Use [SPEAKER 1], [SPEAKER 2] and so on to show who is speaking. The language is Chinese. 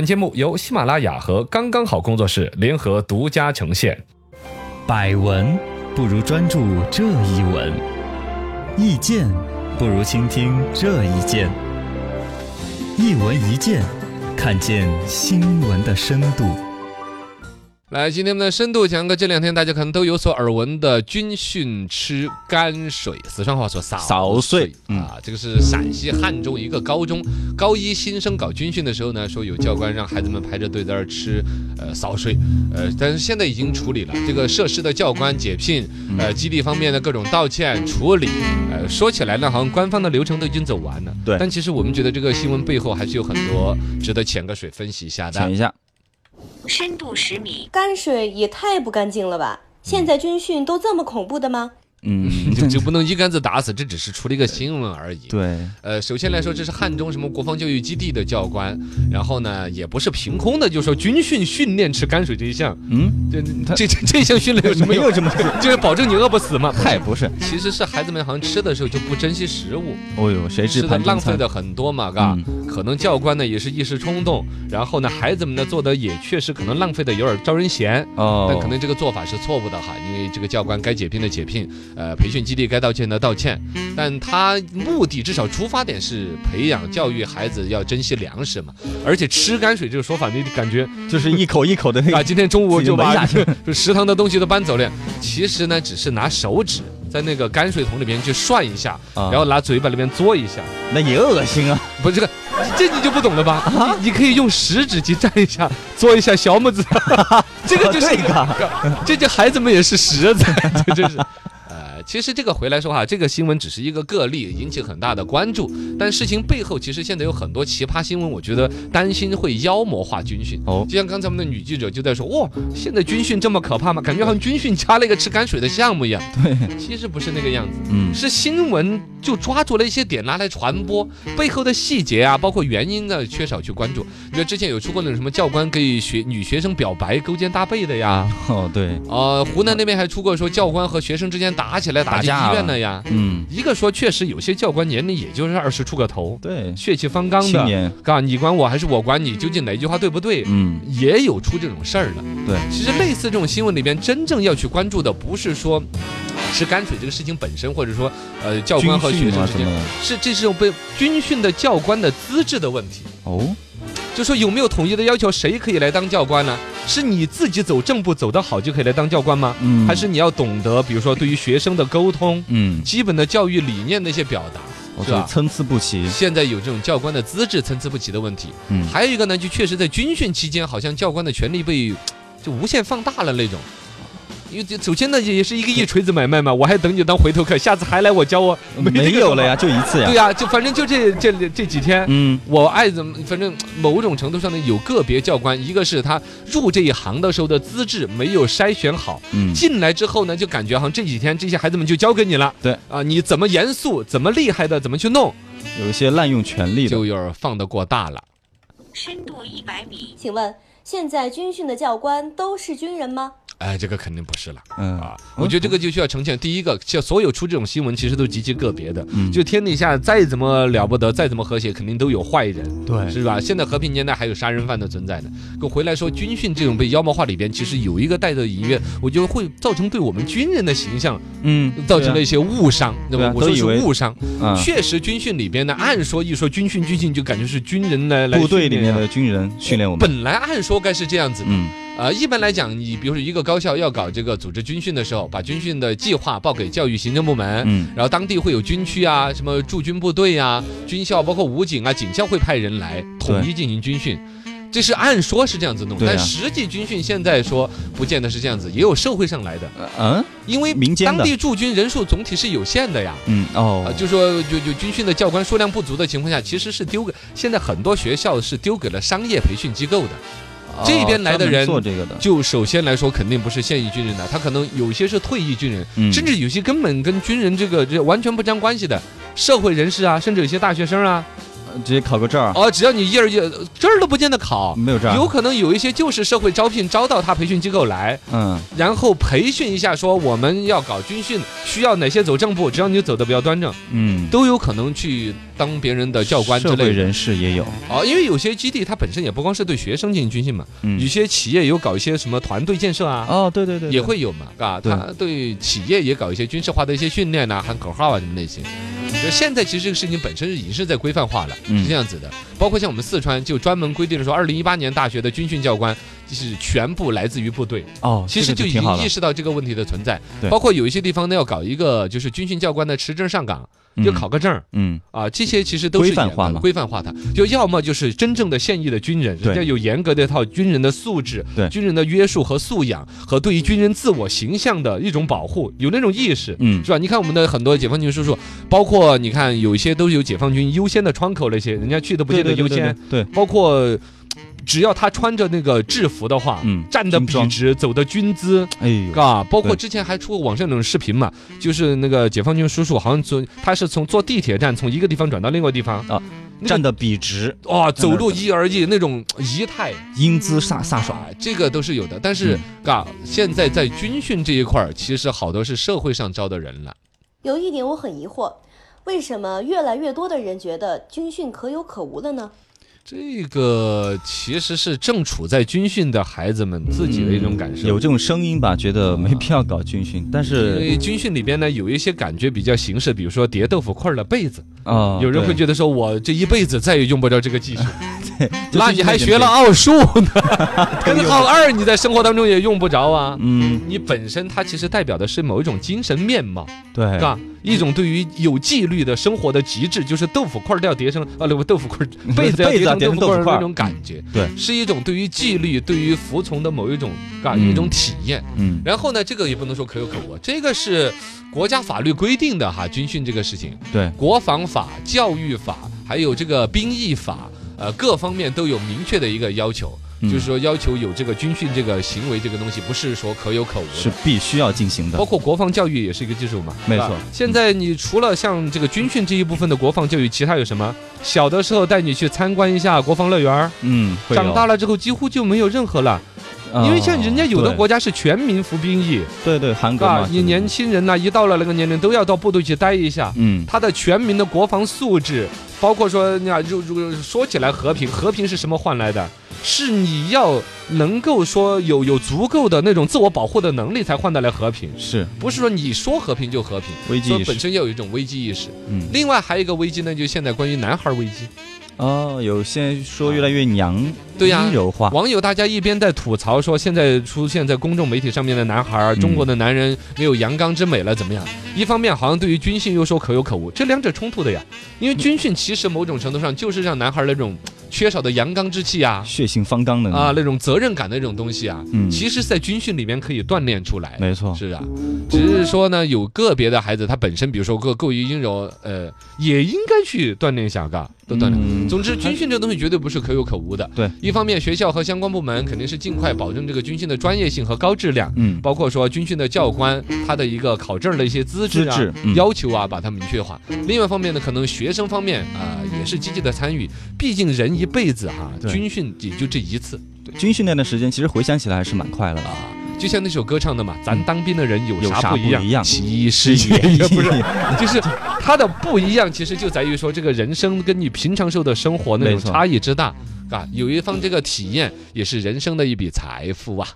[SPEAKER 1] 本节目由喜马拉雅和刚刚好工作室联合独家呈现。
[SPEAKER 2] 百闻不如专注这一闻，意见不如倾听这一见。一闻一见，看见新闻的深度。
[SPEAKER 1] 来，今天我们的深度讲个这两天大家可能都有所耳闻的军训吃泔水，四川话说扫
[SPEAKER 2] 扫
[SPEAKER 1] 水
[SPEAKER 2] 水
[SPEAKER 1] 啊，这个是陕西汉中一个高中高一新生搞军训的时候呢，说有教官让孩子们排着队在那儿吃呃扫水，呃，但是现在已经处理了，这个涉事的教官解聘，呃，基地方面的各种道歉处理，呃，说起来呢，好像官方的流程都已经走完了，
[SPEAKER 2] 对
[SPEAKER 1] 但其实我们觉得这个新闻背后还是有很多值得潜个水分析一下的
[SPEAKER 2] 讲。一下，
[SPEAKER 3] 深度十米，
[SPEAKER 4] 泔水也太不干净了吧！现在军训都这么恐怖的吗？
[SPEAKER 2] 嗯，
[SPEAKER 1] 就就不能一竿子打死，这只是出了一个新闻而已。，
[SPEAKER 2] 对，
[SPEAKER 1] 呃，首先来说，这是汉中什么国防教育基地的教官，然后呢，也不是凭空的就说军训训练吃泔水这一项，
[SPEAKER 2] 嗯，
[SPEAKER 1] 这这这这项训练有什么
[SPEAKER 2] 没
[SPEAKER 1] 用？
[SPEAKER 2] 有 这么，
[SPEAKER 1] 就是保证你饿不死嘛。
[SPEAKER 2] 太不是，
[SPEAKER 1] 其实是孩子们好像吃的时候就不珍惜食物，
[SPEAKER 2] 哦呦，谁
[SPEAKER 1] 吃
[SPEAKER 2] 知
[SPEAKER 1] 的
[SPEAKER 2] 盘中
[SPEAKER 1] 浪费
[SPEAKER 2] 餐？嗯
[SPEAKER 1] 的很多嘛，嘎、可能教官呢也是一时冲动，然后呢孩子们呢做的也确实可能浪费的有点招人嫌，但可
[SPEAKER 2] 哦，
[SPEAKER 1] 能这个做法是错误的哈，因为这个教官该解聘的解聘，呃，培训基地该道歉的道歉，但他目的至少出发点是培养教育孩子要珍惜粮食嘛，而且吃泔水这个说法，你感 觉
[SPEAKER 2] 就是一口一口的那
[SPEAKER 1] 啊，
[SPEAKER 2] 个，
[SPEAKER 1] 今天中午
[SPEAKER 2] 自己
[SPEAKER 1] 就
[SPEAKER 2] 闻
[SPEAKER 1] 把
[SPEAKER 2] 下去
[SPEAKER 1] 就 食堂的东西都搬走了，其实呢，只是拿手指在那个泔水桶里面去涮一下，
[SPEAKER 2] 啊
[SPEAKER 1] 然后拿嘴巴里面嘬一下，
[SPEAKER 2] 那也恶心啊，
[SPEAKER 1] 不是这个，这你就不懂了吧？你你可以用食指去蘸一下，嘬一下小拇指，这个就是
[SPEAKER 2] 这个，
[SPEAKER 1] 这这孩子们也是实在， 这真是。呃，其实这个回来说哈，这个新闻只是一个个例，引起很大的关注。但事情背后，其实现在有很多奇葩新闻，我觉得担心会妖魔化军训。
[SPEAKER 2] 哦
[SPEAKER 1] 就像刚才我们的女记者就在说，哇，现在军训这么可怕吗？感觉好像军训加了一个吃泔水的项目一样。对，其实不是那个样子。
[SPEAKER 2] 嗯，
[SPEAKER 1] 是新闻就抓住了一些点拿来传播，背后的细节啊，包括原因呢缺少去关注。你说之前有出过那种什么教官给学女学生表白勾肩搭背的呀？
[SPEAKER 2] 哦对，
[SPEAKER 1] 呃，湖南那边还出过说教官和学生之间打起来打
[SPEAKER 2] 打
[SPEAKER 1] 进
[SPEAKER 2] 架
[SPEAKER 1] 医院
[SPEAKER 2] 了
[SPEAKER 1] 了呀。
[SPEAKER 2] 嗯，
[SPEAKER 1] 一个说确实有些教官年龄也就是二十出个头，
[SPEAKER 2] 对，
[SPEAKER 1] 血气方刚
[SPEAKER 2] 青
[SPEAKER 1] 的，
[SPEAKER 2] 年，
[SPEAKER 1] 嘎，你管我还是我管你，究竟哪句话对不对？
[SPEAKER 2] 嗯，
[SPEAKER 1] 也有出这种事儿的。
[SPEAKER 2] 对，
[SPEAKER 1] 其实类似这种新闻里边，真正要去关注的不是说吃泔水这个事情本身，或者说呃教官和学
[SPEAKER 2] 军训
[SPEAKER 1] 生
[SPEAKER 2] 啊
[SPEAKER 1] 之
[SPEAKER 2] 什
[SPEAKER 1] 间
[SPEAKER 2] 么，的，
[SPEAKER 1] 是这是种被军训的教官的资质的问题。
[SPEAKER 2] 哦，
[SPEAKER 1] 就说有没有统一的要求，谁可以来当教官呢？是你自己走正步走得好就可以来当教官吗？
[SPEAKER 2] 嗯，
[SPEAKER 1] 还是你要懂得，比如说对于学生的沟通、
[SPEAKER 2] 嗯，
[SPEAKER 1] 基本的教育理念的一些表达，
[SPEAKER 2] 我
[SPEAKER 1] 是
[SPEAKER 2] 觉得
[SPEAKER 1] 吧？
[SPEAKER 2] 参差不齐，
[SPEAKER 1] 现在有这种教官的资质参差不齐的问题，
[SPEAKER 2] 嗯
[SPEAKER 1] 还有一个呢，就确实在军训期间，好像教官的权力被就无限放大了那种。因为这首先呢，也是一个一锤子买卖嘛，我还等你当回头客，下次还来我 教我，
[SPEAKER 2] 没
[SPEAKER 1] 这个
[SPEAKER 2] 有了
[SPEAKER 1] 说
[SPEAKER 2] 呀，就一次
[SPEAKER 1] 法。
[SPEAKER 2] 呀
[SPEAKER 1] 对，呀、就反正就这这这几天，
[SPEAKER 2] 嗯，
[SPEAKER 1] 我爱怎么，反正某种程度上呢，有个别教官，一个是他入这一行的时候的资质没有筛选好，
[SPEAKER 2] 嗯
[SPEAKER 1] 进来之后呢，就感觉好像这几天这些孩子们就交给你了，
[SPEAKER 2] 对
[SPEAKER 1] 啊，你怎么严肃，怎么厉害的，怎么去弄，
[SPEAKER 2] 有一些滥用权力的，
[SPEAKER 1] 就有点放得过大了。
[SPEAKER 3] 深度一百米，
[SPEAKER 4] 请问现在军训的教官都是军人吗？
[SPEAKER 1] 哎，这个肯定不是了。
[SPEAKER 2] 嗯
[SPEAKER 1] 啊，我觉得这个就需要澄清。第一个，像所有出这种新闻，其实都极其个别的。
[SPEAKER 2] 嗯
[SPEAKER 1] 就天底下再怎么了不得，再怎么和谐，肯定都有坏人，
[SPEAKER 2] 对
[SPEAKER 1] 是吧？现在和平年代还有杀人犯的存在呢。跟回来说，军训这种被妖魔化里边，其实有一个带着隐约，我觉得会造成对我们军人的形象
[SPEAKER 2] 嗯，
[SPEAKER 1] 造成了一些误伤，那
[SPEAKER 2] 对
[SPEAKER 1] 么
[SPEAKER 2] 啊
[SPEAKER 1] 我说
[SPEAKER 2] 都以
[SPEAKER 1] 是
[SPEAKER 2] 为
[SPEAKER 1] 误伤。
[SPEAKER 2] 啊，
[SPEAKER 1] 确实，军训里边呢，按说一说军训，军训就感觉是军人来来
[SPEAKER 2] 部队
[SPEAKER 1] 训
[SPEAKER 2] 里
[SPEAKER 1] 练
[SPEAKER 2] 面
[SPEAKER 1] 啊
[SPEAKER 2] 的军人训练我们，
[SPEAKER 1] 本来按说该是这样子的。
[SPEAKER 2] 嗯，
[SPEAKER 1] 呃，一般来讲，你比如说一个高校要搞这个组织军训的时候，把军训的计划报给教育行政部门，
[SPEAKER 2] 嗯
[SPEAKER 1] 然后当地会有军区啊、什么驻军部队啊、军校，包括武警啊、警校会派人来统一进行军训。这是按说是这样子弄，
[SPEAKER 2] 对啊
[SPEAKER 1] 但实际军训现在说不见得是这样子，也有社会上来的，
[SPEAKER 2] 嗯
[SPEAKER 1] 因为
[SPEAKER 2] 民间的
[SPEAKER 1] 当地驻军人数总体是有限的呀。
[SPEAKER 2] 嗯
[SPEAKER 1] 啊、
[SPEAKER 2] 哦，
[SPEAKER 1] 就说就就军训的教官数量不足的情况下，其实是丢给现在很多学校是丢给了商业培训机构的。啊这边来的人
[SPEAKER 5] 哦
[SPEAKER 2] 专门做这个的，
[SPEAKER 1] 就首先来说，肯定不是现役军人的，他可能有些是退役军人，
[SPEAKER 2] 嗯
[SPEAKER 1] 甚至有些根本跟军人这个这完全不沾关系的社会人士啊，甚至有些大学生啊，
[SPEAKER 5] 直接考个证儿，
[SPEAKER 1] 哦，只要你一而一，这儿都不见得考，
[SPEAKER 5] 没有证儿
[SPEAKER 1] 有可能有一些就是社会招聘招到他培训机构来，
[SPEAKER 5] 嗯，
[SPEAKER 1] 然后培训一下，说我们要搞军训，需要哪些走正步，只要你走的比较端正，
[SPEAKER 5] 嗯，
[SPEAKER 1] 都有可能去当别人的教官之
[SPEAKER 5] 社会
[SPEAKER 1] 类的。
[SPEAKER 5] 人士也有，
[SPEAKER 1] 哦，因为有些基地它本身也不光是对学生进行军训嘛，有
[SPEAKER 5] 嗯，
[SPEAKER 1] 些企业有搞一些什么团队建设啊。
[SPEAKER 5] 哦，对对对，对
[SPEAKER 1] 也，会有嘛，嘎，
[SPEAKER 5] 对
[SPEAKER 1] 他对企业也搞一些军事化的一些训练呐、喊口号啊什么那些。就现在其实这个事情本身已经是在规范化了，
[SPEAKER 5] 嗯
[SPEAKER 1] 是这样子的。包括像我们四川就专门规定了说，二零一八年大学的军训教官就是全部来自于部队。
[SPEAKER 5] 哦，
[SPEAKER 1] 其实
[SPEAKER 5] 这个
[SPEAKER 1] 就已
[SPEAKER 5] 挺
[SPEAKER 1] 经
[SPEAKER 5] 好了
[SPEAKER 1] 意，识到这个问题的存在，
[SPEAKER 5] 对
[SPEAKER 1] 包括有一些地方呢要搞一个就是军训教官的持证上岗，就
[SPEAKER 5] 嗯
[SPEAKER 1] 考，个证儿
[SPEAKER 5] 嗯，
[SPEAKER 1] 啊，这些其实都是
[SPEAKER 5] 规范化
[SPEAKER 1] 严格
[SPEAKER 5] 嘛
[SPEAKER 1] 规范化它，就要么就是真正的现役的军人，人
[SPEAKER 5] 对
[SPEAKER 1] 家有严格的一套军人的素质、
[SPEAKER 5] 对
[SPEAKER 1] 军人的约束和素养和对于军人自我形象的一种保护，有那种意识。
[SPEAKER 5] 嗯，
[SPEAKER 1] 是吧？你看我们的很多解放军叔叔，包括你看有一些都是有解放军优先的窗口那些，人家去的不见得
[SPEAKER 5] 对
[SPEAKER 1] 优先，，
[SPEAKER 5] 对对对对，对
[SPEAKER 1] 包括只要他穿着那个制服的话，
[SPEAKER 5] 嗯
[SPEAKER 1] 站得
[SPEAKER 5] 军
[SPEAKER 1] 笔
[SPEAKER 5] 装
[SPEAKER 1] 直，走得均姿，
[SPEAKER 5] 哎呦，
[SPEAKER 1] 啊，包括
[SPEAKER 5] 对
[SPEAKER 1] 之前还出过网上那种视频嘛，就是那个解放军叔叔好像从他是从坐地铁站从一个地方转到另外地方
[SPEAKER 5] 啊，
[SPEAKER 1] 那个
[SPEAKER 5] 站得笔直，
[SPEAKER 1] 哇，走路
[SPEAKER 5] 站
[SPEAKER 1] 一而一那种仪态
[SPEAKER 5] 英姿飒飒爽，
[SPEAKER 1] 啊，这个都是有的。但是
[SPEAKER 5] 嗯
[SPEAKER 1] 嘎，现在在军训这一块儿，其实好多是社会上招的人了。
[SPEAKER 4] 有一点我很疑惑，为什么越来越多的人觉得军训可有可无了呢？
[SPEAKER 1] 这个其实是正处在军训的孩子们自己的一种感受。
[SPEAKER 5] 嗯有这种声音吧，觉得没必要搞军训，但
[SPEAKER 1] 啊因
[SPEAKER 5] 是
[SPEAKER 1] 为军训里边呢，有一些感觉比较形式，比如说叠豆腐块儿的被子，
[SPEAKER 5] 啊，
[SPEAKER 1] 有人会觉得说，我这一辈子再也用不着这个技术。
[SPEAKER 5] 得
[SPEAKER 1] 那你还学了，啊奥数 呢？跟奥二你在生活当中也用不着啊。
[SPEAKER 5] 嗯，
[SPEAKER 1] 你本身它其实代表的是某一种精神面貌，
[SPEAKER 5] 对
[SPEAKER 1] 是，吧？一种对于有纪律的生活的极致，就是豆腐块儿都要叠成啊，不豆腐块儿被子 要
[SPEAKER 5] 被子
[SPEAKER 1] 叠
[SPEAKER 5] 要
[SPEAKER 1] 成
[SPEAKER 5] 叠
[SPEAKER 1] 豆
[SPEAKER 5] 成
[SPEAKER 1] 腐块
[SPEAKER 5] 豆
[SPEAKER 1] 儿
[SPEAKER 5] 腐块
[SPEAKER 1] 的
[SPEAKER 5] 儿嗯
[SPEAKER 1] 那种感觉，
[SPEAKER 5] 对
[SPEAKER 1] 是一种对于纪律、对于服从的某一种啊
[SPEAKER 5] 嗯
[SPEAKER 1] 一种体验。
[SPEAKER 5] 嗯，
[SPEAKER 1] 然后呢，这个也不能说可有可无，啊这个是国家法律规定的哈，军训这个事情。
[SPEAKER 5] 对，
[SPEAKER 1] 国防法、教育法，还有这个兵役法，呃，各方面都有明确的一个要求，
[SPEAKER 5] 嗯
[SPEAKER 1] 就是说要求有这个军训这个行为这个东西，不是说可有可无的。
[SPEAKER 5] 是必须要进行的
[SPEAKER 1] 包，括国防教育也是一个技术嘛，
[SPEAKER 5] 没
[SPEAKER 1] 是吧
[SPEAKER 5] 错
[SPEAKER 1] 现在你除了像这个军训这一部分的国防教育，其他有什么？小的时候带你去参观一下国防乐园儿，
[SPEAKER 5] 嗯，会有
[SPEAKER 1] 长大了之后几乎就没有任何了，
[SPEAKER 5] 啊
[SPEAKER 1] 因为像人家有的
[SPEAKER 5] 对
[SPEAKER 1] 国家是全民服兵役，
[SPEAKER 5] 对对，韩国
[SPEAKER 1] 啊
[SPEAKER 5] 嘛，，
[SPEAKER 1] 你年轻人呐、一到了那个年龄都要到部队去待一下，
[SPEAKER 5] 嗯，
[SPEAKER 1] 他的全民的国防素质，包括说那如如说起来和平，和平是什么换来的？是你要能够说有有足够的那种自我保护的能力才换得来和平，
[SPEAKER 5] 是
[SPEAKER 1] 不是说你说和平就和平，
[SPEAKER 2] 嗯
[SPEAKER 5] 危机
[SPEAKER 1] 所
[SPEAKER 5] 意
[SPEAKER 1] 以本
[SPEAKER 5] 识，
[SPEAKER 1] 身要有一种危机意识。
[SPEAKER 5] 嗯，
[SPEAKER 1] 另外还有一个危机呢，就是现在关于男孩危机。
[SPEAKER 5] 哦，有些说越来越娘，
[SPEAKER 1] 啊对呀
[SPEAKER 2] 嗯
[SPEAKER 5] 阴柔
[SPEAKER 2] 啊
[SPEAKER 5] 化，
[SPEAKER 1] 网友大家一边在吐槽说，现在出现在公众媒体上面的男孩儿，中国的男人没有阳刚之美了，怎么样？一方面好像对于军训又说可有可无，这两者冲突的呀。因为军训其实某种程度上就是让男孩儿那种缺少的阳刚之气啊，
[SPEAKER 5] 血性方
[SPEAKER 2] 嗯
[SPEAKER 5] 刚的
[SPEAKER 1] 啊，那种责任感的那种东西啊，
[SPEAKER 5] 嗯
[SPEAKER 1] 其实在军训里面可以锻炼出来。
[SPEAKER 5] 没错，
[SPEAKER 1] 是啊，只是说呢，有个别的孩子他本身，比如说过过于阴柔，呃，也应该去锻炼一下，嘎，都锻炼。
[SPEAKER 5] 嗯
[SPEAKER 1] 总之，军训这东西绝对不是可有可无的。
[SPEAKER 5] 对，
[SPEAKER 1] 一方面学校和相关部门肯定是尽快保证这个军训的专业性和高质量，
[SPEAKER 5] 嗯，
[SPEAKER 1] 包括说军训的教官他的一个考证的一些资质啊、
[SPEAKER 5] 资质嗯
[SPEAKER 1] 要求啊，把它明确化。另外一方面呢，可能学生方面啊、也是积极的参与，毕竟人一辈子哈、
[SPEAKER 5] 对
[SPEAKER 1] 军训也就这一次
[SPEAKER 5] 军训那段时间，其实回想起来还是蛮快乐的，
[SPEAKER 1] 啊。就像那首歌唱的嘛，咱当兵的人嗯有
[SPEAKER 5] 有
[SPEAKER 1] 啥
[SPEAKER 5] 啥
[SPEAKER 1] 不一
[SPEAKER 5] 不
[SPEAKER 1] 样？
[SPEAKER 5] 一样
[SPEAKER 1] 其实也 不是，就是它的不一样，其实就在于说这个人生跟你平常时候的生活那种
[SPEAKER 5] 没错
[SPEAKER 1] 差异之大，啊，有一方这个体验也是人生的一笔财富啊。